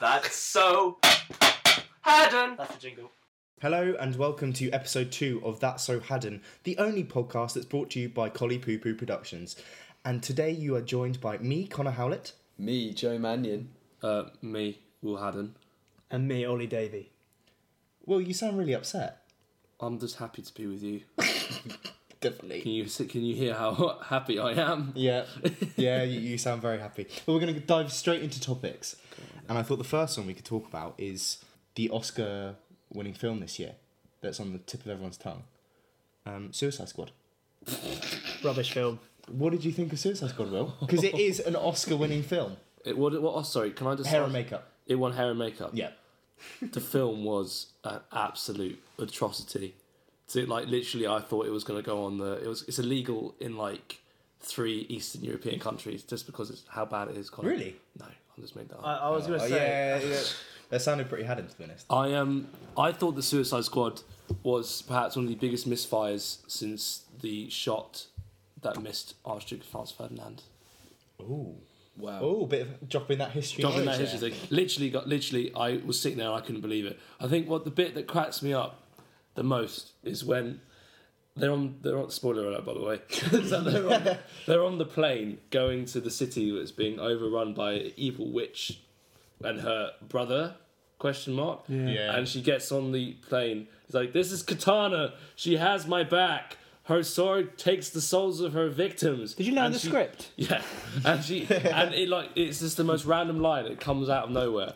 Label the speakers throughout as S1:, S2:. S1: That's so Haddon.
S2: That's the jingle.
S3: Hello and welcome to episode two of That So Haddon, the only podcast that's brought to you by Collie Poo Poo Productions. And today you are joined by me, Connor Howlett.
S4: Me, Joe Mannion.
S5: Uh, me, Will Haddon.
S2: And me, Ollie Davey.
S3: Well, you sound really upset.
S5: I'm just happy to be with you.
S3: Definitely.
S5: Can you can you hear how happy I am?
S3: Yeah, yeah, you, you sound very happy. But we're going to dive straight into topics. And I thought the first one we could talk about is the Oscar winning film this year that's on the tip of everyone's tongue um, Suicide Squad.
S2: Rubbish film.
S3: What did you think of Suicide Squad, Will? Because it is an Oscar winning film.
S5: It what, what? Oh, sorry. Can I just
S3: Hair and makeup.
S5: It won hair and makeup.
S3: Yeah.
S5: The film was an absolute atrocity. So it, like literally, I thought it was going to go on the. It was. It's illegal in like three Eastern European countries just because it's how bad it is. Colin.
S3: Really?
S5: No, I just made that
S2: I,
S5: up.
S2: I was going to
S3: Oh,
S2: say.
S3: yeah, yeah. That sounded pretty Haddon, to be honest.
S5: I um. I thought the Suicide Squad was perhaps one of the biggest misfires since the shot that missed Archduke Franz Ferdinand.
S3: Ooh.
S4: Wow.
S3: Oh, bit of dropping that history.
S5: Dropping
S3: knowledge
S5: that
S3: there.
S5: history thing. Literally got literally I was sitting there and I couldn't believe it. I think what the bit that cracks me up the most is when they're on they're on spoiler alert by the way. So they're, on, they're on the plane going to the city that's being overrun by an evil witch and her brother question mark.
S3: Yeah.
S5: And she gets on the plane. It's like, This is Katana, she has my back. Her sword takes the souls of her victims.
S2: Did you learn
S5: And
S2: the
S5: she-
S2: script?
S5: yeah, and she and it like it's just the most random line. It comes out of nowhere.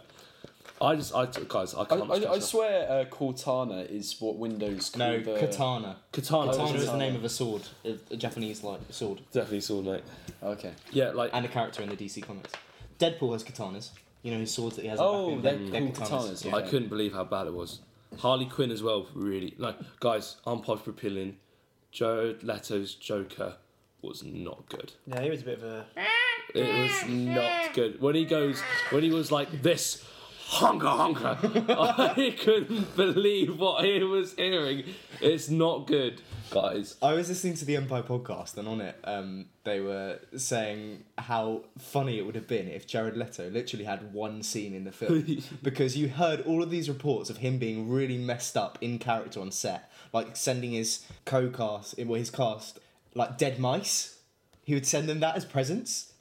S5: I just I guys I
S4: I,
S5: can't.
S4: I, I
S5: stress
S4: swear uh, Cortana is what Windows called
S3: No,
S4: the...
S3: katana.
S5: enough. Oh, Katana,
S3: Katana
S5: was
S3: is the name of a sword, a, a Japanese like sword,
S5: definitely saw mate.
S4: Okay.
S5: Yeah, like
S3: and a character in the DC comics. Deadpool has katanas. You know his swords that he has. in the
S4: Oh,
S3: back,
S4: they're
S3: of him,
S4: called katanas.
S3: Yeah.
S5: I couldn't believe how bad it was. Harley Quinn as well, really. Like guys, I'm Pod Pillin. Joe Leto's Joker was not good.
S2: Yeah, he was a bit of a.
S5: It was not good. When he goes, when he was like this, honker honker, I couldn't believe what he was hearing. It's not good, guys.
S3: I was listening to the Empire podcast, and on it, um, they were saying how funny it would have been if Jared Leto literally had one scene in the film, because you heard all of these reports of him being really messed up in character on set, like sending his co-cast, eh, well, his cast, like dead mice. He would send them that as presents,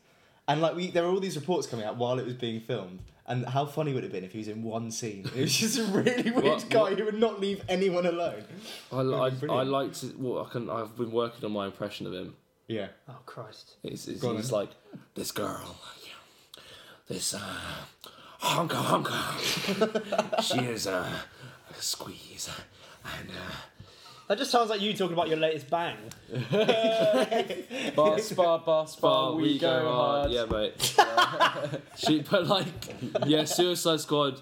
S3: and like we, there were all these reports coming out while it was being filmed. And how funny would it have been if he was in one scene? It was just a really weird
S5: What-
S3: guy who would not leave anyone alone.
S5: I, li- I,
S3: brilliant.
S5: I like to. Well, I can. I've been working on my impression of him.
S3: Yeah.
S2: Oh, Christ.
S5: It's, it's,
S3: Go on
S5: he's
S3: then.
S5: like this girl, yeah, this uh, honka honka. she is uh, a squeeze, and uh,
S2: That just sounds like you talking about your latest bang.
S4: Bar, spa, bar, spa,
S5: but
S4: we, go, hard.
S5: Yeah, mate. she, but like, yeah, Suicide Squad.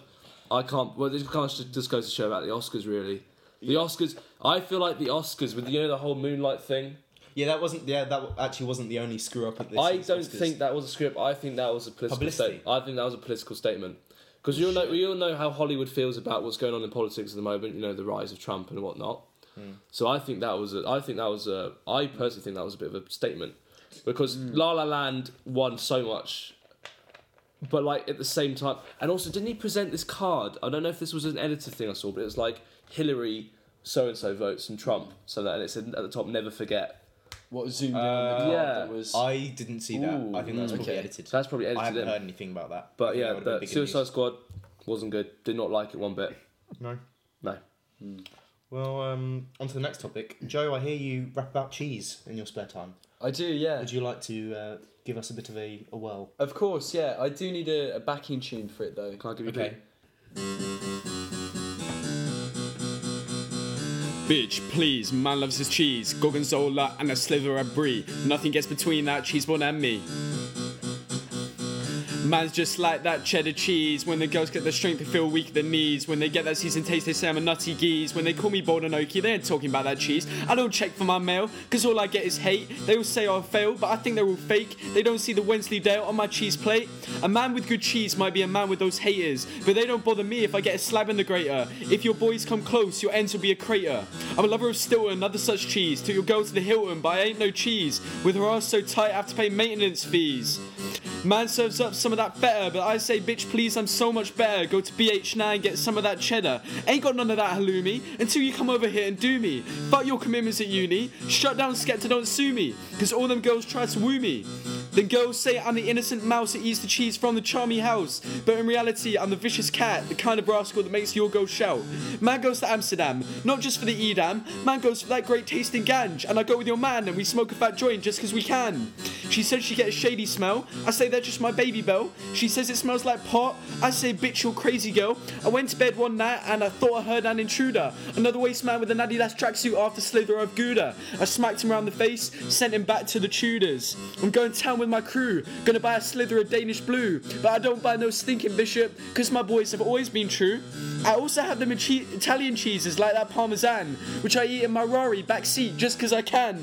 S5: I can't. Well, this kind of just goes to show about the Oscars, really. The Oscars. I feel like the Oscars with you know the whole Moonlight thing.
S3: Yeah, that wasn't. Yeah, that w- actually wasn't the only screw up at this.
S5: I
S3: year's
S5: don't
S3: Oscars.
S5: think that was a script. I think that was a political
S3: Publicity.
S5: statement. I think that was a political statement. Because you all know, we all know how Hollywood feels about what's going on in politics at the moment. You know, the rise of Trump and whatnot.
S3: Hmm.
S5: So I think that was. A, I think that was a. I personally think that was a bit of a statement, because
S3: Hmm.
S5: La La Land won so much. But like at the same time, and also didn't he present this card? I don't know if this was an editor thing I saw, but it was like Hillary so and so votes and Trump, so that and it said at the top, never forget.
S4: What zoomed in on the
S5: Uh,
S4: card
S5: yeah.
S4: that was...
S3: I didn't see that. I think that's
S4: Ooh,
S3: probably
S4: okay.
S3: edited.
S5: So that's probably edited.
S3: I haven't
S5: in.
S3: heard anything about that. I
S5: But
S3: think
S5: yeah,
S3: that would have
S5: the
S3: been big
S5: Suicide
S3: news.
S5: Squad wasn't good. Did not like it one bit.
S3: No.
S5: No.
S3: Well, um, on to the next topic. Joe, I hear you rap about cheese in your spare time.
S4: I do, yeah.
S3: Would you like to uh, give us a bit of a, a whirl?
S4: Of course, yeah. I do need a, a backing tune for it, though.
S5: Can I give you
S3: Okay.
S5: a clue?
S6: Bitch, please, man loves his cheese, gorgonzola and a sliver of brie. Nothing gets between that cheese bun and me. Man's just like that cheddar cheese. When the girls get the strength, they feel weak at the knees. When they get that seasoned taste, they say I'm a nutty geese. When they call me bold and oaky, they ain't talking about that cheese. I don't check for my mail, cause all I get is hate. They all say I fail, but I think they're all fake. They don't see the Wensleydale on my cheese plate. A man with good cheese might be a man with those haters, but they don't bother me if I get a slab in the grater. If your boys come close, your ends will be a crater. I'm a lover of Stilton, other such cheese. Took your girl to the Hilton, but I ain't no cheese. With her ass so tight, I have to pay maintenance fees.
S4: Man serves up some of that better, but I say, bitch, please, I'm so much better. Go to BH now and get some of that cheddar. Ain't got none of that halloumi until you come over here and do me. Fuck your commitments at uni. Shut down Skepta, don't sue me. Cause all them girls try to woo me. The girls say I'm the innocent mouse that eats the cheese from the charmy house. But in reality, I'm the vicious cat, the kind of rascal that makes your girl shout. Man goes to Amsterdam, not just for the Edam. Man goes for that great tasting ganj. And I go with your man and we smoke a fat joint just cause we can. She says she gets a shady smell. I say they're just my baby bell. She says it smells like pot. I say bitch, you're crazy girl. I went to bed one night and I thought I heard an intruder. Another waste man with an Adidas tracksuit after slither of Gouda. I smacked him around the face, sent him back to the Tudors. I'm going to town with my crew, gonna buy a slither of Danish blue. But I don't buy no stinking bishop, cause my boys have always been true. I also have them in che- Italian cheeses like that parmesan, which I eat in my Rari backseat just cause I can.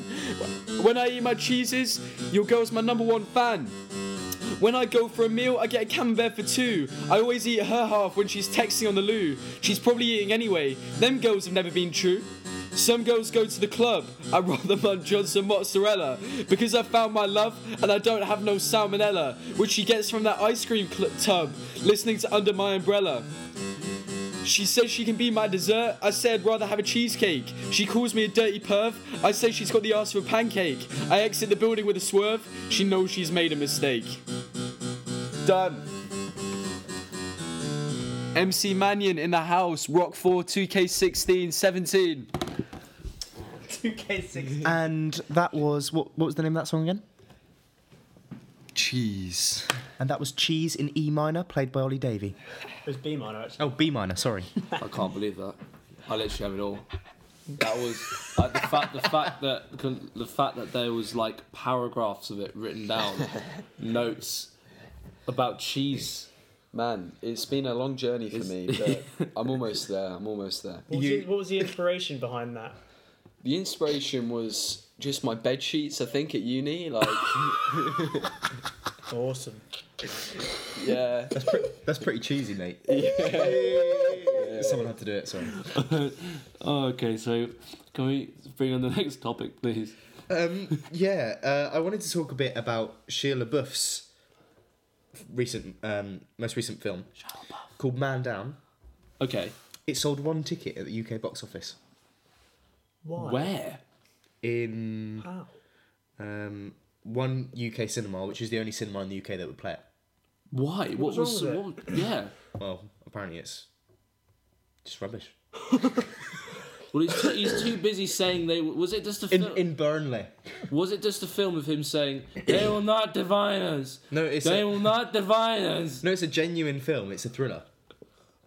S4: When I eat my cheeses, your girl's my number one fan. When I go for a meal, I get a camembert for two. I always eat her half when she's texting on the loo. She's probably eating anyway. Them girls have never been true. Some girls go to the club. I rather them on Johnson mozzarella because I found my love and I don't have no salmonella, which she gets from that ice cream cl- tub, listening to Under My Umbrella. She says she can be my dessert. I say I'd rather have a cheesecake. She calls me a dirty perv. I say she's got the ass of a pancake. I exit the building with a swerve. She knows she's made a mistake. Done. MC Mannion in the house. Rock 4, 2K16, 17.
S2: 2K16.
S3: And that was what? What was the name of that song again? Cheese. And that was Cheese in E minor, played by Ollie Davey.
S2: It was B minor, actually.
S3: Oh, B minor. Sorry.
S5: I can't believe that. I literally have it all. That was like the fact the fact that the fact that there was like paragraphs of it written down, notes about cheese.
S7: Man, it's been a long journey for me, but I'm almost there. I'm almost there.
S2: What, was the, what was the inspiration behind that?
S7: The inspiration was just my bed sheets. I think at uni, like
S2: Awesome.
S7: yeah,
S3: That's pretty cheesy, mate. Someone had to do it. Sorry.
S5: Oh, okay, so can we bring on the next topic, please?
S3: Um, yeah, uh, I wanted to talk a bit about Sheila LaBeouf's recent, um, most recent film called Man Down.
S5: Okay,
S3: It sold one ticket at the UK box office
S2: Why?
S5: where?
S3: in
S2: How?
S3: um, one UK cinema, which is the only cinema in the UK that would play it.
S5: Why? What
S2: What's
S5: was?
S2: wrong
S5: what- yeah.
S3: Well, apparently it's just rubbish.
S5: Well, he's too, he's too busy saying they was it just a
S3: In
S5: film?
S3: in Burnley.
S5: was it just a film of him saying they will not divide us?
S3: No, it's
S5: they
S3: a,
S5: will not divide us.
S3: no, it's a genuine film. It's a thriller.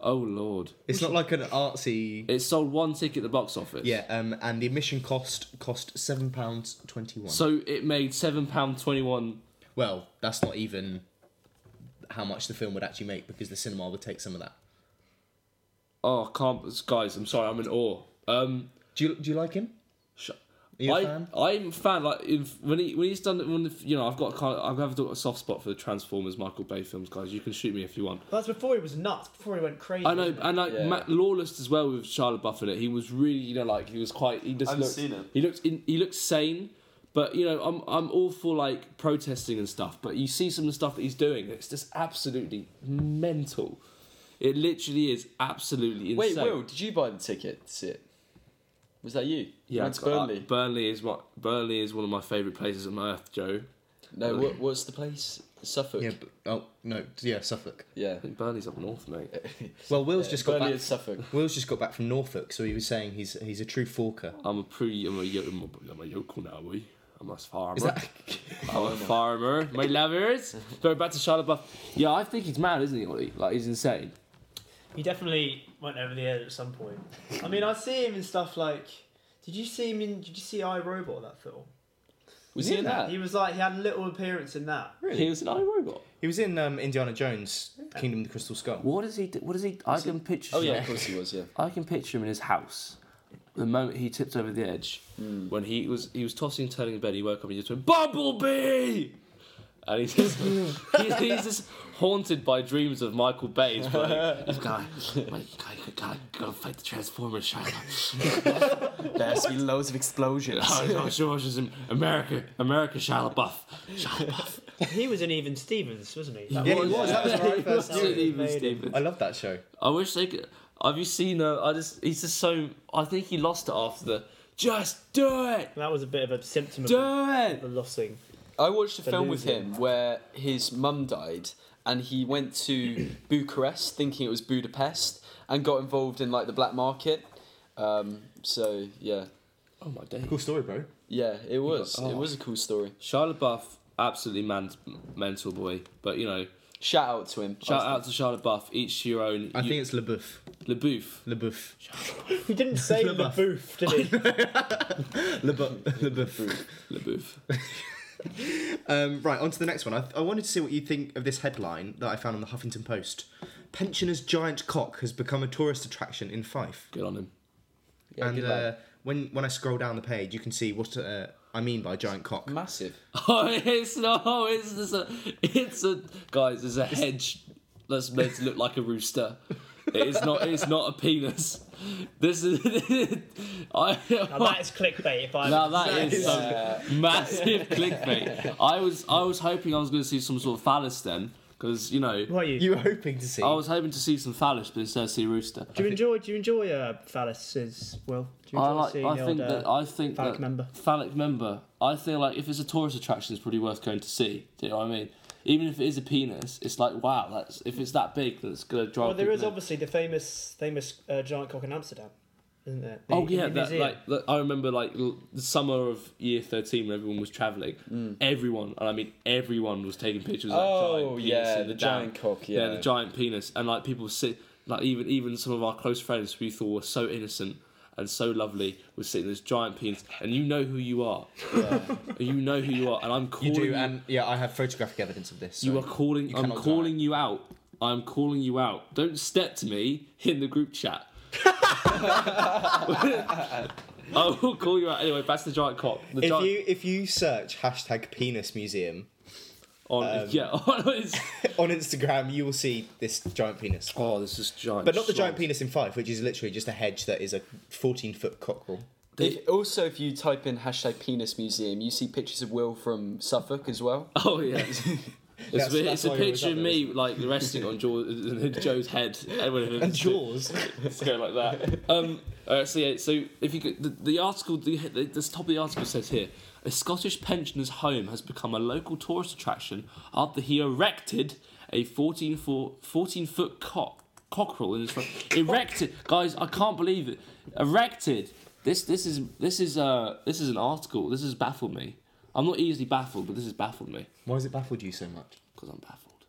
S5: Oh lord!
S3: It's not like an artsy.
S5: It sold one ticket at the box office.
S3: Yeah, um, and the admission cost cost seven pounds twenty one.
S5: So it made seven pound twenty one.
S3: Well, that's not even how much the film would actually make because the cinema would take some of that.
S5: Oh, I can't guys! I'm sorry, I'm in awe. Um,
S3: Do you, do you like him?
S5: sh-
S3: Are you a
S5: I,
S3: fan?
S5: I'm a fan. Like if, when he when he's done when the, you know I've got a kind of, I've got a soft spot for the Transformers Michael Bay films, guys. You can shoot me if you want.
S2: That's before he was nuts, before he went crazy.
S5: I know,
S2: wasn't it?
S5: and like
S7: Yeah.
S5: Matt Lawless as well with Charlotte Buff in it. He was really, you know, like he was quite. He just
S8: I haven't
S5: looked,
S8: seen it.
S5: He looked, in, he looked sane, but you know, I'm, I'm all for like protesting and stuff. But you see some of the stuff that he's doing, it's just absolutely mental. It literally is absolutely
S7: Wait,
S5: insane.
S7: Will, did you buy the ticket to see it? Was that you?
S5: yeah,
S7: it's
S5: I've got-
S7: Burnley.
S5: Burnley is what Burnley is one of my favorite places on earth, Joe.
S7: no, what, what's the place? Suffolk.
S3: Yeah. But, oh no. Yeah, Suffolk.
S7: Yeah.
S5: I think Burnley's up north, mate.
S3: Well, Will's just got
S7: Burnley
S3: back.
S7: and Suffolk.
S3: Will's just got back from Norfolk, so he was saying he's he's a true forker.
S5: I'm a pre, I'm a, yo- I'm a, I'm a yokel now, boy. I'm a farmer.
S3: Is that Oh,
S5: I'm a farmer, my lovers. So back to Shia LaBeouf. Yeah, I think he's mad, isn't he, Ollie? Like he's insane.
S2: He definitely went over the edge at some point. I mean, I see him in stuff like. Did you see him in? Did you see I Robot that film?
S7: Was
S3: Yeah.
S7: he in that?
S2: He was like he had a little appearance in that.
S5: He was an iRobot.
S3: he was in um, Indiana Jones, Kingdom of the Crystal Skull.
S5: What does he? Do? What does he? I can picture.
S7: Oh yeah, of course he was. Yeah.
S5: I can picture him in his house. The moment he tipped over the edge,
S7: Hmm.
S5: when he was he was tossing and turning in bed, he woke up and he just went Bumblebee, and he's just, he's, he's just haunted by dreams of Michael Bay's playing. He's guy, guy, guy, go fight the Transformers, Shia.
S7: There's been loads of explosions.
S5: Oh, no, George is in America, America, Shia LaBeouf. Shia LaBeouf.
S2: He was in Even Stevens, wasn't he? That
S3: Yeah, he was. That was my first
S2: That's
S3: series.
S2: Made
S9: Even
S2: it.
S9: Stevens.
S3: I love that show.
S5: I wish they could. Have you seen? Uh, I just. He's just so. I think he lost it after the. Just do it.
S2: That was a bit of a symptom of the,
S6: Do it.
S2: the losing.
S4: I watched a film with
S2: losing.
S4: him where his mum died and he went to Bucharest thinking it was Budapest and got involved in like the black market. Um, so yeah,
S5: Oh my day.
S3: Cool story, bro.
S4: yeah, it was it was a cool story.
S5: Shia LaBeouf, absolutely man, mental boy. But you know,
S4: Shout out to him.
S5: shout out to Shia LaBeouf. Each to your own.
S3: I
S5: you,
S3: think it's LeBouf.
S5: LaBeouf.
S3: LeBouf.
S2: He didn't say the
S3: Labouf.
S2: booth, did he?
S3: LeBouf. LeBouf.
S5: LaBeouf.
S3: Um, right, on to the next one. I, I wanted to see what you think of this headline that I found on the Huffington Post. Pensioner's giant cock has become a tourist attraction in Fife.
S5: Good on him.
S4: Yeah,
S3: and
S4: good lad.
S3: uh, when when I scroll down the page, you can see what uh, I mean by giant cock.
S4: Massive.
S5: Oh, it's no, it's, it's a, it's a, guys, it's a hedge that's made to look like a rooster. It is not, it's not a penis. This is, I,
S2: Now that is clickbait. If I
S5: now that is some
S4: Yeah.
S5: massive clickbait. I was, I was hoping I was going to see some sort of phallus then, because you know,
S2: what are you?
S3: You were hoping to see.
S5: I was hoping to see some phallus, but instead I see a rooster.
S2: do you enjoy? Do you enjoy uh, phalluses? Well, do you enjoy
S5: I like.
S2: seeing
S5: I
S2: the
S5: think
S2: old,
S5: that.
S2: uh,
S5: I think
S2: phallic
S5: that
S2: member?
S5: Phallic member. I feel like if it's a tourist attraction, it's probably worth going to see. Do you know what I mean? Even if it is a penis, it's like wow. That's if it's that big, that's gonna drive.
S2: Well, there
S5: people
S2: is
S5: in.
S2: obviously the famous famous uh, giant cock in Amsterdam, isn't there? The-
S5: Oh
S2: the
S5: yeah, that,
S2: museum.
S5: like that- I remember like l- the summer of year thirteen when everyone was traveling. Everyone, and I mean everyone, was taking pictures. of that
S4: Mm. Oh
S5: giant penis
S4: yeah,
S5: in
S4: the
S5: dam.
S4: giant cock.
S5: yeah.
S4: Yeah.
S5: the giant penis, and like people sit, like even even some of our close friends who we thought were so innocent and so lovely were sitting this giant penis, and you know who you are, you know who you are, and I'm
S3: you
S5: calling you.
S3: do, and yeah, I have photographic evidence of this.
S5: you
S3: so
S5: are calling.
S3: you
S5: I'm
S3: cannot deny
S5: calling you out. I'm calling you out. Don't step to me in the group chat. I will call you out anyway. That's the giant cock. The
S3: If
S5: giant,
S3: you if you search hashtag penis museum
S5: on
S3: um,
S5: yeah. Oh, On his,
S3: on Instagram, you will see this giant penis.
S5: oh, this is giant.
S3: But not the
S5: shite.
S3: giant penis in Fife, which is literally just a hedge that is a 14 foot cockerel.
S4: If- also, if you type in hashtag penis museum, you see pictures of Will from Suffolk as well.
S5: Oh yeah. It's,
S3: That's-
S5: a-
S3: that's
S5: it's a
S3: why he was
S5: picture
S3: up
S5: of
S3: there,
S5: me like resting on Joe, Joe's head.
S3: And jaws.
S5: It's going like that. Um, all right, so yeah, so if you could, the, the article, the, the this top of the article says here, a Scottish pensioner's home has become a local tourist attraction after he erected a 14 foot, 14 foot cock cockerel in his front. erected, guys, I can't believe it. Erected. This this is this is uh this is an article. This has baffled me. I'm not easily baffled, but this has baffled me
S3: Why has it baffled you so much?
S5: because I'm baffled.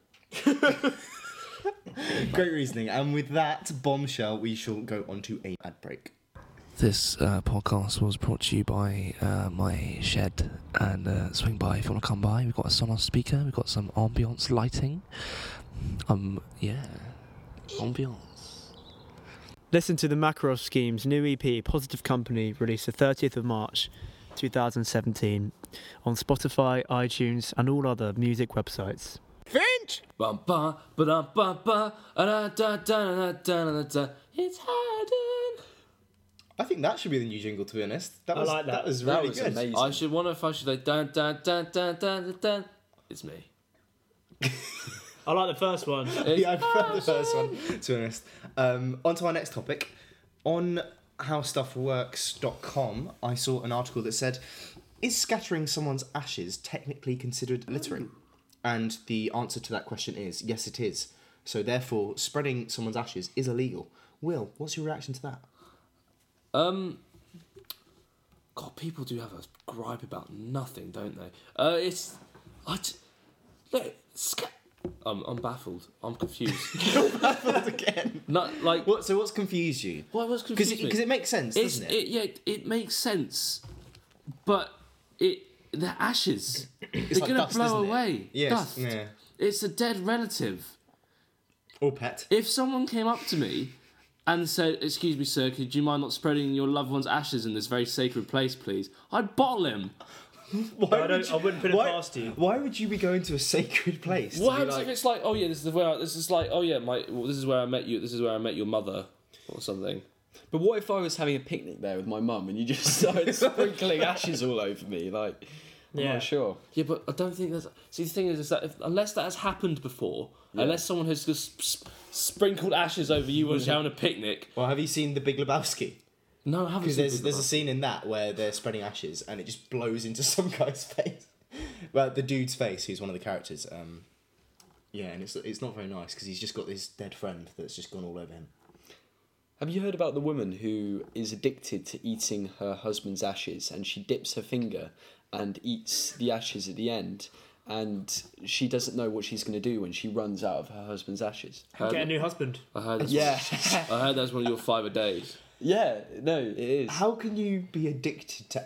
S3: Great reasoning. And with that bombshell, we shall go on to a ad break.
S10: This uh, podcast was brought to you by uh, my shed, and uh, swing by if you want to come by. We've got a Sonos speaker, we've got some ambience lighting. Um, yeah, ambience.
S2: Listen to the Makarov Scheme's new EP, Positive Company, released the 30th of March 2017 on Spotify, iTunes, and all other music websites.
S5: Bum ba ba da ba ba da da da da da da da da. It's hiding.
S3: I think that should be the new jingle, to be honest. That
S2: I
S3: was,
S2: like that.
S3: was
S4: That
S3: really
S4: was
S3: good.
S4: amazing.
S5: I should wonder if I should like dun dun dun dun dun dun. dun. It's me.
S2: I like the first one.
S3: Yeah, I prefer the first one, to be honest. Um, on to our next topic. On howstuffworks.com, I saw an article that said, Is scattering someone's ashes technically considered littering? And the answer to that question is yes, it is. So, therefore, spreading someone's ashes is illegal. Will, what's your reaction to that?
S5: Um. God, people do have a gripe about nothing, don't they? Uh, it's. I. T- look, sca- I'm, I'm baffled. I'm confused.
S3: Again.
S5: Not like
S3: What, so, what's confused you?
S5: What was
S3: Because
S5: confused?
S3: it,
S5: me?
S3: 'cause it makes sense,
S5: It's,
S3: doesn't
S5: it?
S3: it?
S5: yeah, it- it makes sense, but it they're ashes. they're
S3: like
S5: gonna
S3: dust,
S5: blow
S3: isn't it?
S5: away.
S3: Yes,
S5: Dust.
S3: yeah.
S5: It's a dead relative.
S3: Or pet.
S5: If someone came up to me and said, "Excuse me, sir, could you mind not spreading your loved one's ashes in this very sacred place, please?" I'd bottle him.
S3: Why
S2: I don't- I wouldn't put it
S3: why,
S2: past you.
S3: Why would you be going to a sacred place? to
S5: What
S3: be
S5: happens
S3: like-
S5: if it's like, "Oh yeah, this is where I, this is like, oh yeah, my well, this is where I met you. This is where I met your mother." Or something.
S4: But what if I was having a picnic there with my mum and you just started sprinkling ashes all over me? Like, I'm
S2: Yeah.
S4: not sure.
S5: Yeah, but I don't think that's. See, the thing is, is that if, unless that has happened before, unless someone has just sp- sprinkled ashes over you when you're having a picnic.
S3: Well, have you seen The Big Lebowski?
S5: No, I haven't.
S3: Because
S5: seen
S3: there's
S5: Big
S3: there's a
S5: Brother.
S3: scene in that where they're spreading ashes and it just blows into some guy's face. well, the dude's face, who's one of the characters. Um, yeah, and it's it's not very nice because he's just got this dead friend that's just gone all over him.
S4: Have you heard about the woman who is addicted to eating her husband's ashes and she dips her finger and eats the ashes at the end and she doesn't know what she's going to do when she runs out of her husband's ashes?
S5: I
S2: Get a
S5: heard,
S2: new husband.
S5: I heard that's
S4: Yeah.
S5: I heard that's one of your five a days.
S4: yeah, no, it is.
S3: How can you be addicted to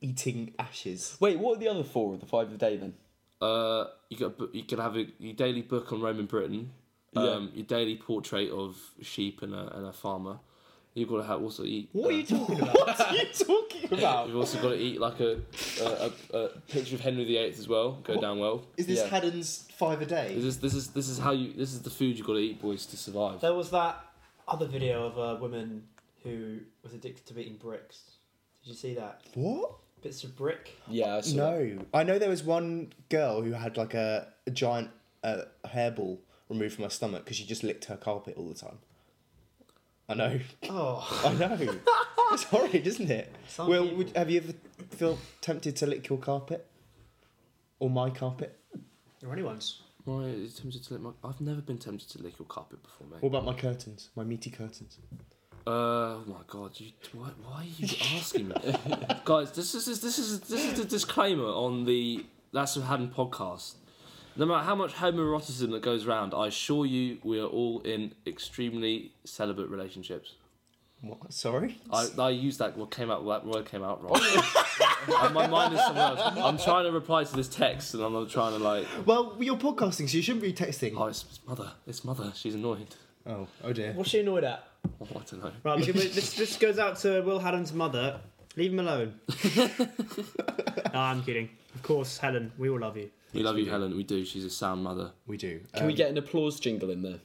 S3: eating ashes?
S4: Wait, what are the other four of the five of the day then?
S5: Uh, you got a book- you could have a, your daily book on Roman Britain, um, your daily portrait of sheep and a, and a farmer. You've got to have also eat. uh,
S3: What are you talking about? what are you talking about?
S5: You've also got to eat like a a, a, a picture of Henry VIII as well. Go down well.
S3: Is this
S4: Yeah.
S3: Haddon's five a day?
S5: This is this is this is how you this is the food you got to eat, boys, to survive.
S2: There was that other video of a woman who was addicted to eating bricks. Did you see that?
S3: What?
S2: Bits of brick.
S4: Yeah, I saw that.
S3: No, I know there was one girl who had like a, a giant uh, hairball removed from her stomach because she just licked her carpet all the time. I know,
S2: Oh,
S3: I know. it's horrid, isn't it?
S2: Some
S3: well,
S2: people-
S3: would, have you ever felt tempted to lick your carpet or my carpet?
S2: or anyone's.
S5: Why are you tempted to lick my? I've never been tempted to lick your carpet before, mate.
S3: What about my curtains, my meaty curtains?
S5: Uh, oh my god, you, why, why are you asking me? Guys, this is, this is this is the disclaimer on the That's What Hadden podcast. No matter how much homoeroticism that goes round, I assure you we are all in extremely celibate relationships.
S3: What? Sorry.
S5: I, I used that what came out that word came out wrong. And my mind is somewhere else. I'm trying to reply to this text and I'm not trying to like
S3: Well, you're podcasting, so you shouldn't be texting.
S5: Oh it's, it's mother, it's mother, she's annoyed.
S3: Oh, oh dear.
S2: What's she annoyed at?
S5: Oh, I don't know.
S2: Right, we- we- this, this goes out to Will Haddon's mother. Leave him alone. no, I'm kidding. Of course, Helen, we all love you.
S5: We love you, Helen, we do, she's a sound mother.
S3: We do. Um,
S4: Can we get an applause jingle in there?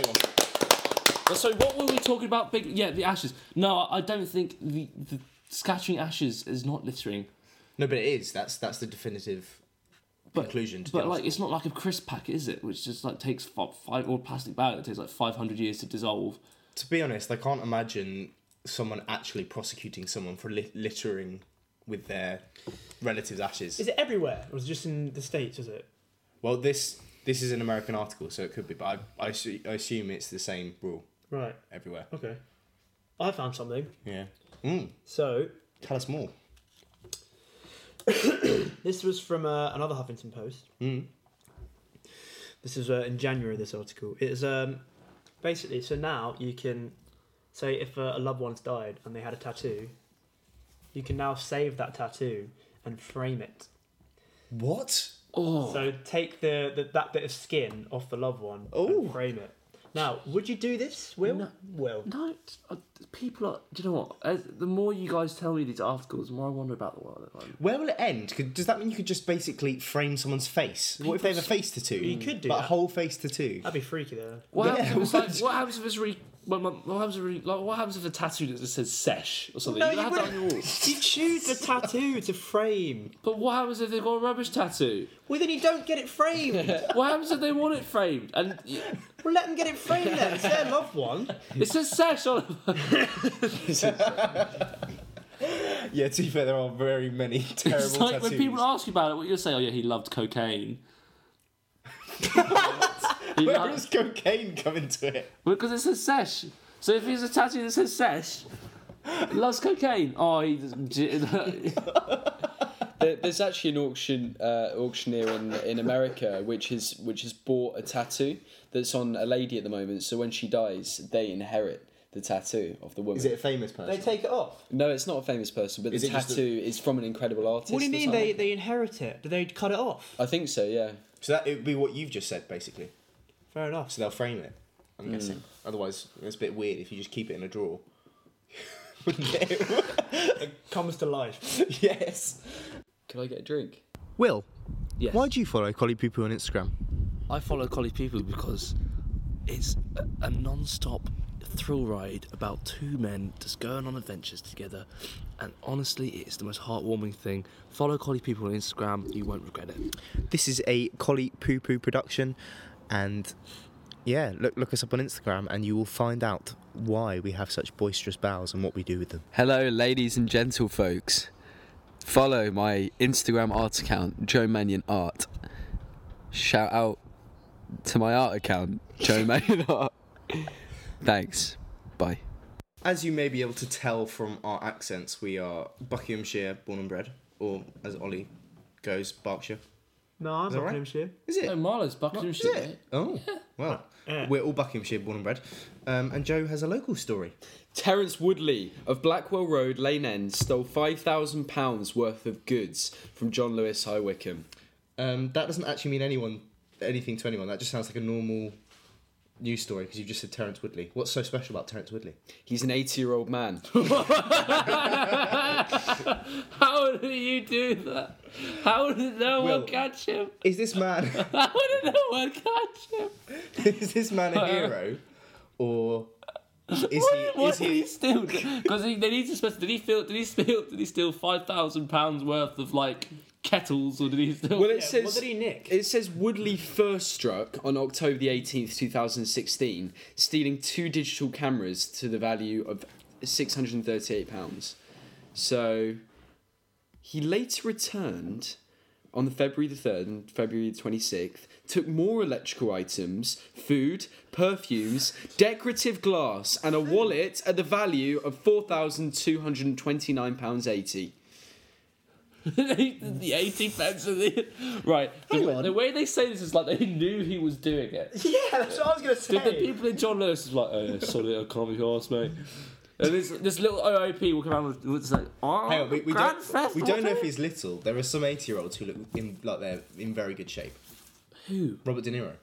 S5: Well, So what were we talking about? Big yeah, the ashes. No, I I don't think the, the scattering ashes is not littering.
S3: No, but it is. That's that's the definitive
S5: But-
S3: conclusion. To
S5: But
S3: the
S5: like, it's not like a crisp packet, is it? Which just like takes five, five or a plastic bag that takes like five hundred years to dissolve.
S3: To be honest, I can't imagine someone actually prosecuting someone for li- littering with their relatives' ashes.
S2: Is it everywhere? Or is it just in the States, is it?
S3: Well, this this is an American article, so it could be, but I, I, assu- I assume it's the same rule
S2: Right,
S3: everywhere.
S2: okay. I found something.
S3: Yeah. Mm,
S2: So,
S3: tell us more.
S2: this was from uh, another Huffington Post.
S5: Hmm.
S3: Mm.
S2: This is uh, in January, this article. It is um, basically, so now you can say if uh, a loved one's died and they had a tattoo, you can now save that tattoo and frame it.
S3: What?
S5: Oh,
S2: So take the, the that bit of skin off the loved one
S3: Ooh.
S2: and frame it. Now, would you do this, Will?
S5: No.
S2: Will.
S5: no, it's- uh, people are. Do you know what? As, the more you guys tell me these articles, the more I wonder about the world. Like,
S3: Where will it end? Could, does that mean you could just basically frame someone's face? What if they have a face tattoo?
S2: You could do
S3: But a
S2: that.
S3: whole face tattoo.
S2: That'd be freaky, though.
S5: what,
S3: Yeah,
S5: happens if it's like,
S3: what-
S5: what happens if it's really? What, what, what happens if really, like, what happens if a tattoo that just says sesh or something?
S2: No,
S5: you
S2: you
S5: have that on your wall.
S2: You choose the tattoo to frame.
S5: But what happens if they've got a rubbish tattoo?
S2: Well, then you don't get it framed.
S5: What happens if they want it framed? And
S2: well, let them get it framed then. It's their loved one.
S5: it says sesh on.
S3: Yeah, to be fair, there are very many terrible
S5: It's like
S3: tattoos.
S5: when people ask you about it, what you're saying, oh yeah, he loved cocaine. He
S3: Where
S5: loved-
S3: does cocaine come into it?
S5: because it says sesh. So if he's a tattoo that says sesh, he loves cocaine. Oh, he just-
S4: There, there's actually an auction uh, auctioneer in, in America which is which has bought a tattoo that's on a lady at the moment. So when she dies, they inherit the tattoo of the woman.
S3: Is it a famous person?
S2: They take it off.
S4: No, it's not a famous person, but
S3: Is
S4: the
S3: it just a-
S4: tattoo is from an incredible artist.
S2: What do you
S4: or
S2: mean they,
S4: something.
S2: they inherit it? Do they cut it off?
S4: I think so. Yeah.
S3: So that it would be what you've just said, basically.
S2: Fair enough.
S3: So they'll frame it. I'm guessing. Otherwise, it's a bit weird if you just keep it in a drawer.
S2: Comes to life.
S3: yes.
S4: Could I get a drink?
S3: Will,
S10: Yes.
S3: why do you follow Collie Poo Poo on Instagram?
S10: I follow Collie People because it's a, a non-stop thrill ride about two men just going on adventures together. And honestly, it's the most heartwarming thing. Follow Collie People on Instagram, you won't regret it.
S9: This is a Collie Poo Poo production, and yeah, look look us up on Instagram, and you will find out why we have such boisterous bows and what we do with them.
S4: Hello, ladies and gentle folks. Follow my Instagram art account, Joe Mannion Art. Shout out to my art account, Joe Mannion Art. Thanks. Bye.
S3: As you may be able to tell from our accents, we are Buckinghamshire born and bred, or as Ollie goes, Berkshire.
S2: No, I'm
S3: Is that right?
S2: Buckinghamshire.
S3: Is it?
S5: No, Marlowe's
S3: Is
S5: Buckinghamshire.
S3: it? Oh, well,
S2: Yeah.
S3: we're all Buckinghamshire born and bred. Um, and Joe has a local story.
S4: Terence Woodley of Blackwell Road, Lane End, stole £5,000 worth of goods from John Lewis High Wycombe.
S3: Um, that doesn't actually mean anyone, anything to anyone. That just sounds like a normal news story because you've just said Terence Woodley. What's so special about Terence Woodley?
S4: He's an 80 year old man.
S5: How did you do that? How did no
S3: Will.
S5: one catch him?
S3: Is this man?
S5: How did no one catch him?
S3: is this man a hero, or is he?
S5: Uh-huh. What, what
S3: Is
S5: did he
S3: he?
S5: steal? Because they need to specify. Did he steal? Did he steal? Did he steal five thousand pounds worth of like kettles, or did he steal?
S4: Well, it
S2: What
S4: says
S2: did he nick?
S4: it says Woodley first struck on October the 18th, 2016, stealing two digital cameras to the value of 638 pounds. So he later returned on the February the 3rd and February the 26th, took more electrical items, food, perfumes, decorative glass and a wallet at the value of 4,229 pounds 80.
S5: the eighty pence of the right. The, way- the way they say this is like they knew he was doing it.
S2: Yeah, that's what I was gonna
S5: Did the people in John Lewis is like, oh, yeah, sorry, I can't be arsed, mate. And this, this little OOP walking around with, with like, oh,
S3: Hang on, we, we
S5: Grand
S3: don't,
S5: Theft
S3: we don't know
S5: Auto."
S3: if he's little. There are some eighty-year-olds who look in, like they're in very good shape.
S5: Who?
S3: Robert De Niro.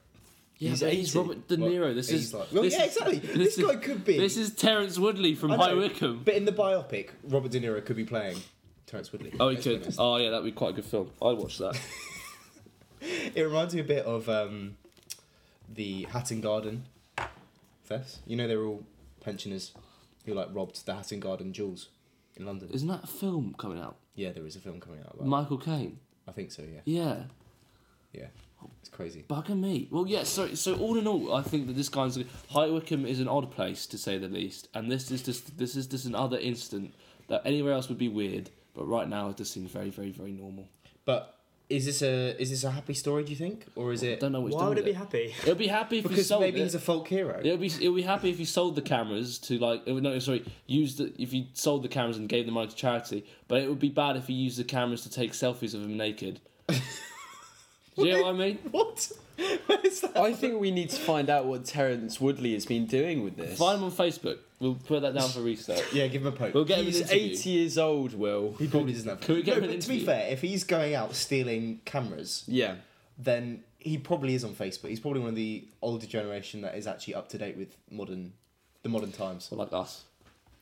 S5: Yeah, but he's
S3: 80.
S5: Robert De Niro. this
S3: he's
S5: is
S3: like- well,
S5: this
S3: yeah,
S5: is-
S3: exactly. This,
S5: is-
S3: guy could be.
S5: This is Terence Woodley from
S3: I know,
S5: High Wycombe.
S3: But in the biopic, Robert De Niro could be playing Terence Woodley.
S5: Oh, he
S3: let's be
S5: could.
S3: honest.
S5: Oh, yeah, that'd be quite a good film. I'd watch that.
S3: It reminds me a bit of um, the Hatton Garden thefts. You know, they were all pensioners who like robbed the Hatton Garden jewels in London.
S5: Isn't that a film coming out?
S3: Yeah, there is a film coming out about. it.
S5: Michael Caine.
S3: I think so. Yeah,
S5: Yeah.
S3: yeah. It's crazy.
S5: Bugger me. Well, yeah. So, so all in all, I think that this guy's High Wycombe is an odd place to say the least, and this is just this is just another instant that anywhere else would be weird, but right now it just seems very, very, very normal.
S3: But is this a is this a happy story? Do you think, or is
S5: I
S3: it
S5: don't know what's
S2: Why
S5: done
S2: would it
S5: with
S2: be happy?
S5: It'll be happy if he
S3: because
S5: sold
S3: maybe
S5: it.
S3: he's a folk hero?
S5: It'll be it'll be happy if you sold the cameras to like oh, no sorry used the, if you sold the cameras and gave the money to charity, but it would be bad if you used the cameras to take selfies of him naked. Do you know what I mean?
S3: What? Where's that?
S4: I think we need to find out what Terence Woodley has been doing with this.
S5: Find him on Facebook. We'll put that down for research.
S3: Yeah, give him a poke.
S5: We'll get him an
S4: He's
S5: interview.
S4: 80 years old, Will.
S3: He probably doesn't have.
S5: Can we get
S3: no,
S5: him an
S3: but to be
S5: interview?
S3: fair, if he's going out stealing cameras,
S4: Yeah.
S3: then he probably is on Facebook. He's probably one of the older generation that is actually up to date with modern, the modern times.
S5: So like us.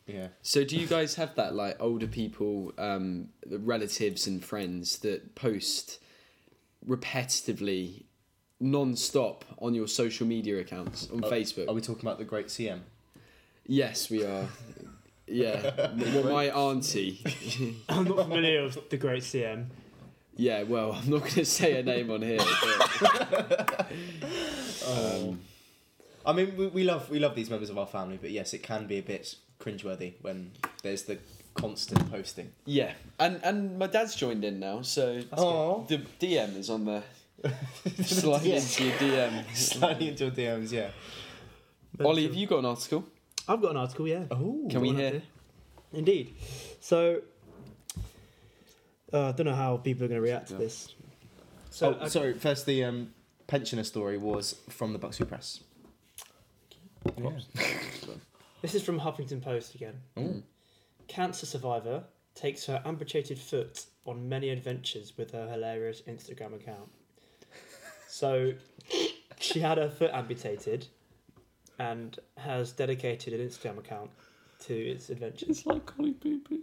S3: Yeah.
S4: So do you guys have that like older people, um, the relatives and friends that post repetitively, non-stop on your social media accounts on Facebook?
S3: Are we talking about the great CM?
S4: yes, we are. yeah. Well, my auntie.
S2: I'm not familiar with the great CM.
S4: Yeah. Well, I'm not going to say her name on here. But
S3: I mean, we, we love we love these members of our family, but yes, it can be a bit cringeworthy when there's the constant posting.
S4: yeah. And and my dad's joined in now, so
S3: Oh.
S4: the DM is on there. Slide into your DM.
S3: Sliding into your DMs, yeah.
S4: Ollie, have you got an article?
S2: I've got an article, yeah.
S3: Oh.
S4: Can we
S2: One up
S4: hear?
S2: Indeed. So, uh, I don't know how people are going to react to this.
S3: So,
S2: So, uh, okay.
S3: Oh, sorry. First, the um, pensioner story was from the Buxley Press.
S2: this is from Huffington Post again. Cancer survivor takes her amputated foot on many adventures with her hilarious Instagram account. So, she had her foot amputated and has dedicated an Instagram account to its adventures.
S5: It's like Golly Poo Poo.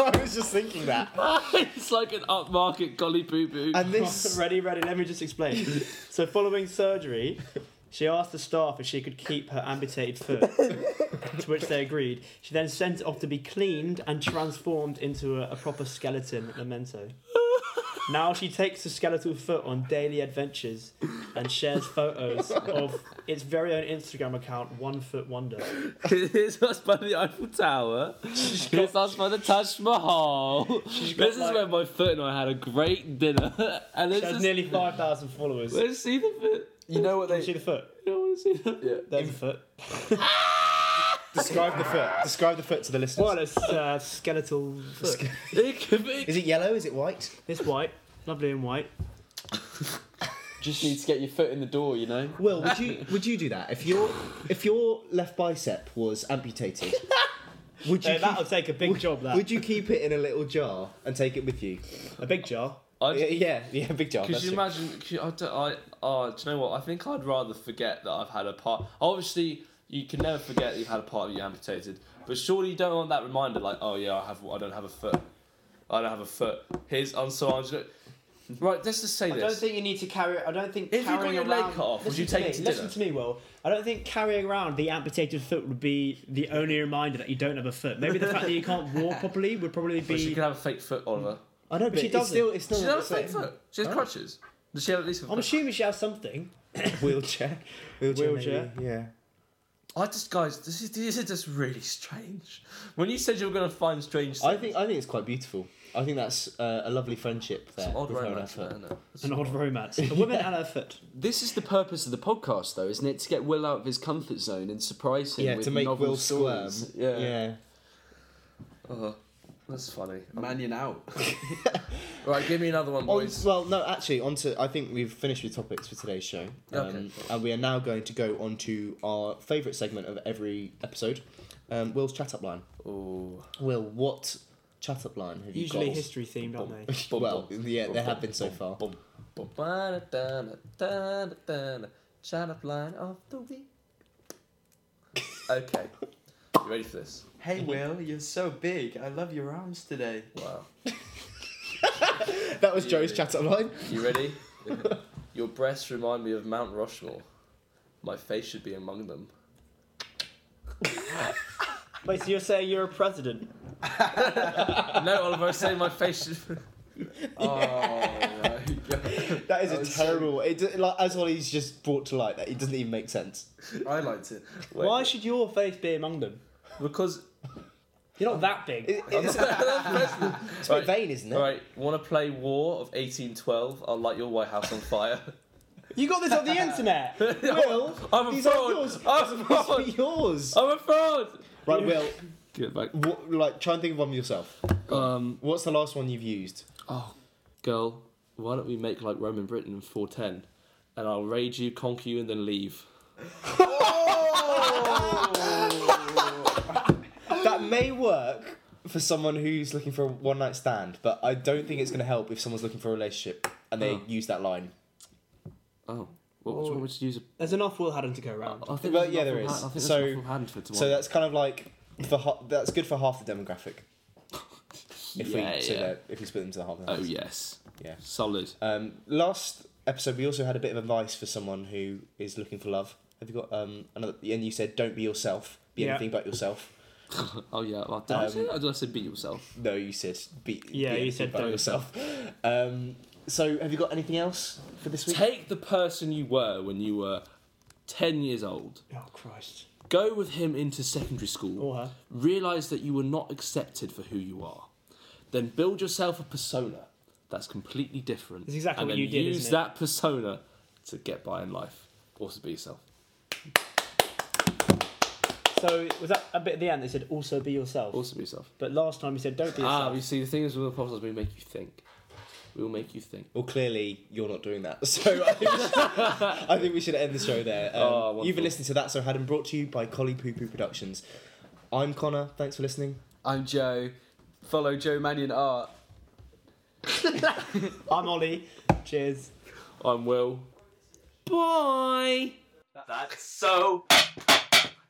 S3: I was just thinking that.
S5: it's like an upmarket Golly Poo Poo.
S3: And this,
S2: Ready, ready, let me just explain. so, following surgery, She asked the staff if she could keep her amputated foot, to which they agreed. She then sent it off to be cleaned and transformed into a, a proper skeleton memento. Now she takes the skeletal foot on daily adventures and shares photos of its very own Instagram account, One Foot Wonder.
S5: Here's us by the Eiffel Tower. Here's us by the Taj Mahal.
S2: got
S5: This is
S2: like-
S5: where my foot and I had a great dinner. And
S2: She
S5: this
S2: has
S5: is
S2: nearly 5,000 followers. Can
S5: Let's see the foot.
S4: You know what
S2: you see
S4: they?
S2: the foot?
S5: I want to see that.
S2: There's the foot.
S3: Describe the foot. Describe the foot to the listeners.
S2: What a uh, skeletal foot.
S5: It could be.
S3: Is it yellow? Is it white?
S2: It's white. Lovely and white.
S4: Just need to get your foot in the door, you know.
S3: Will, would you would you do that if your if your left bicep was amputated? Would you
S2: Yeah, that'll
S3: keep,
S2: take a big job, that.
S3: would you keep it in a little jar and take it with you?
S2: A big jar.
S3: Oh, Yeah, yeah, yeah, big jar.
S5: Could
S3: that's
S5: you
S3: true.
S5: imagine? Could you- I, don't, I, oh, do you know what? I think I'd rather forget that I've had a part. Obviously, you can never forget that you've had a part of you amputated. But surely you don't want that reminder, like, oh yeah, I have. I don't have a foot. I don't have a foot. Here's on so I'm just- Right, let's just say
S2: I
S5: this.
S2: don't think you need to carry. I don't think
S5: If you got
S2: carrying
S5: your leg
S2: around.
S5: cut off, would
S2: Listen
S5: you take
S2: me,
S5: it to
S2: Listen
S5: dinner?
S2: to me, Will. I don't think carrying around the amputated foot would be the only reminder that you don't have a foot. Maybe the fact that you can't walk properly would probably
S5: but she
S2: be.
S5: could have a fake foot, Oliver.
S2: I know, but
S3: But
S2: she
S3: it's
S2: doesn't.
S3: still it's still
S5: She
S3: not
S5: does
S3: the
S5: have a fake
S3: same.
S5: foot. She has crutches. Does she have at least? Have a
S2: I'm
S5: foot?
S2: assuming she has something.
S3: Wheelchair, wheelchair,
S2: Wheelchair.
S3: maybe, yeah.
S5: I just, guys, this is this is just really strange. When you said you were gonna find strange,
S3: I
S5: things,
S3: think I think it's quite beautiful. I think that's uh, a lovely friendship there.
S5: it's an odd
S3: with her and her
S5: romance,
S3: foot.
S5: isn't it?
S2: An odd romance. A woman and her foot.
S4: This is the purpose of the podcast, though, isn't it? To get Will out of his comfort zone and surprise him
S3: Yeah,
S4: with
S3: to make
S4: novel
S3: Will squirm.
S4: stories. Yeah.
S3: yeah.
S5: Oh, that's funny.
S4: Mannion out.
S5: Right, give me another one,
S3: On,
S5: boys.
S3: well, no, actually, on to, I think we've finished with topics for today's show. Um,
S5: Okay.
S3: And we are now going to go on to our favourite segment of every episode um, Will's chat up line.
S5: Ooh.
S3: Will, what chat up line have you
S2: Usually
S3: got?
S2: history themed, aren't they?
S5: Bum,
S3: well,
S5: bum,
S3: yeah,
S5: bum,
S3: there
S5: bum,
S3: have been so
S5: bum,
S3: far.
S5: bum, bum, ba, da, da, da, da, da, da. Shout up line of the week. Okay. You ready for this?
S4: Hey, Will, you're so big. I love your arms today.
S5: Wow.
S3: That was Joe's chat up line.
S5: You ready? Your breasts remind me of Mount Rushmore. My face should be among them.
S2: Wait, so you're saying you're a president?
S5: No, Oliver, I say my face should. Oh, my God.
S3: That is a terrible. It, d- like, as Ollie's just brought to light, that it doesn't even make sense.
S4: I liked it.
S5: Wait,
S2: Why should your face be among them?
S5: Because.
S2: You're not that big.
S3: It- it's, it's a bit
S5: Right.
S3: vain, isn't it?
S5: Alright, want to play War of 1812? I'll light your White House on fire.
S2: You got this on the internet.
S3: Will,
S5: I'm a
S3: these
S5: fraud.
S3: are yours.
S5: I'm a fraud.
S3: These are yours.
S5: I'm a fraud!
S3: Right, Will,
S5: Get back.
S3: what, like try and think of one yourself.
S5: Um,
S3: What's the last one you've used?
S5: girl, why don't we make like Roman Britain in 410? And I'll raid you, conquer you, and then leave.
S3: That may work for someone who's looking for a one night stand, but I don't think it's going to help if someone's looking for a relationship and they
S5: Oh.
S3: use that line.
S5: Oh. What would you want me to use? A,
S2: There's enough Will Haddon to go around.
S5: I think
S3: Well,
S5: there's
S3: yeah,
S5: enough
S3: there
S5: from
S3: is.
S5: Han- I think there's
S3: So-
S5: enough from Hanford to
S3: So
S5: want-
S3: that's kind of like for ha- that's good for half the demographic. If
S5: Yeah,
S3: we so
S5: yeah.
S3: that- if we split them to half. the
S5: Oh,
S3: house.
S5: yes.
S3: Yeah.
S5: Solid.
S3: Um, last episode we also had a bit of advice for someone who is looking for love. Have you got um another? And you said don't be yourself. Be
S2: Yeah.
S3: anything but yourself.
S5: Oh, yeah. Well, did I
S3: Um,
S5: say that? Or did I say beat yourself?
S3: No, you said be.
S2: Yeah,
S3: be
S2: you
S3: anything
S2: said
S3: but
S2: don't.
S3: yourself. Um, so have you got anything else for this week?
S5: Take the person you were when you were 10 years old.
S2: Oh Christ.
S5: Go with him into secondary school.
S2: Or her.
S5: Realize that you were not accepted for who you are. Then build yourself a persona that's completely different.
S2: That's exactly
S5: and
S2: what
S5: then
S2: you did,
S5: Use
S2: isn't it?
S5: that persona to get by in life. Also be yourself.
S2: So was that a bit at the end? They said also be yourself.
S5: Also be yourself.
S2: But last time you said don't be
S5: Ah,
S2: yourself.
S5: you see, the thing is with the podcast, we make you think. We will make you think.
S3: Well, clearly you're not doing that. So I think we should, I think we should end the show there. Um,
S5: Oh, wonderful.
S3: you've been listening to That's So Haddon, brought to you by Collie Poo Poo Productions. I'm Connor. Thanks for listening.
S4: I'm Joe. Follow Joe Mannion Art.
S2: I'm Ollie. Cheers.
S5: I'm Will. Bye.
S1: That's so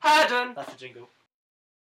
S1: Haddon.
S2: That's the jingle.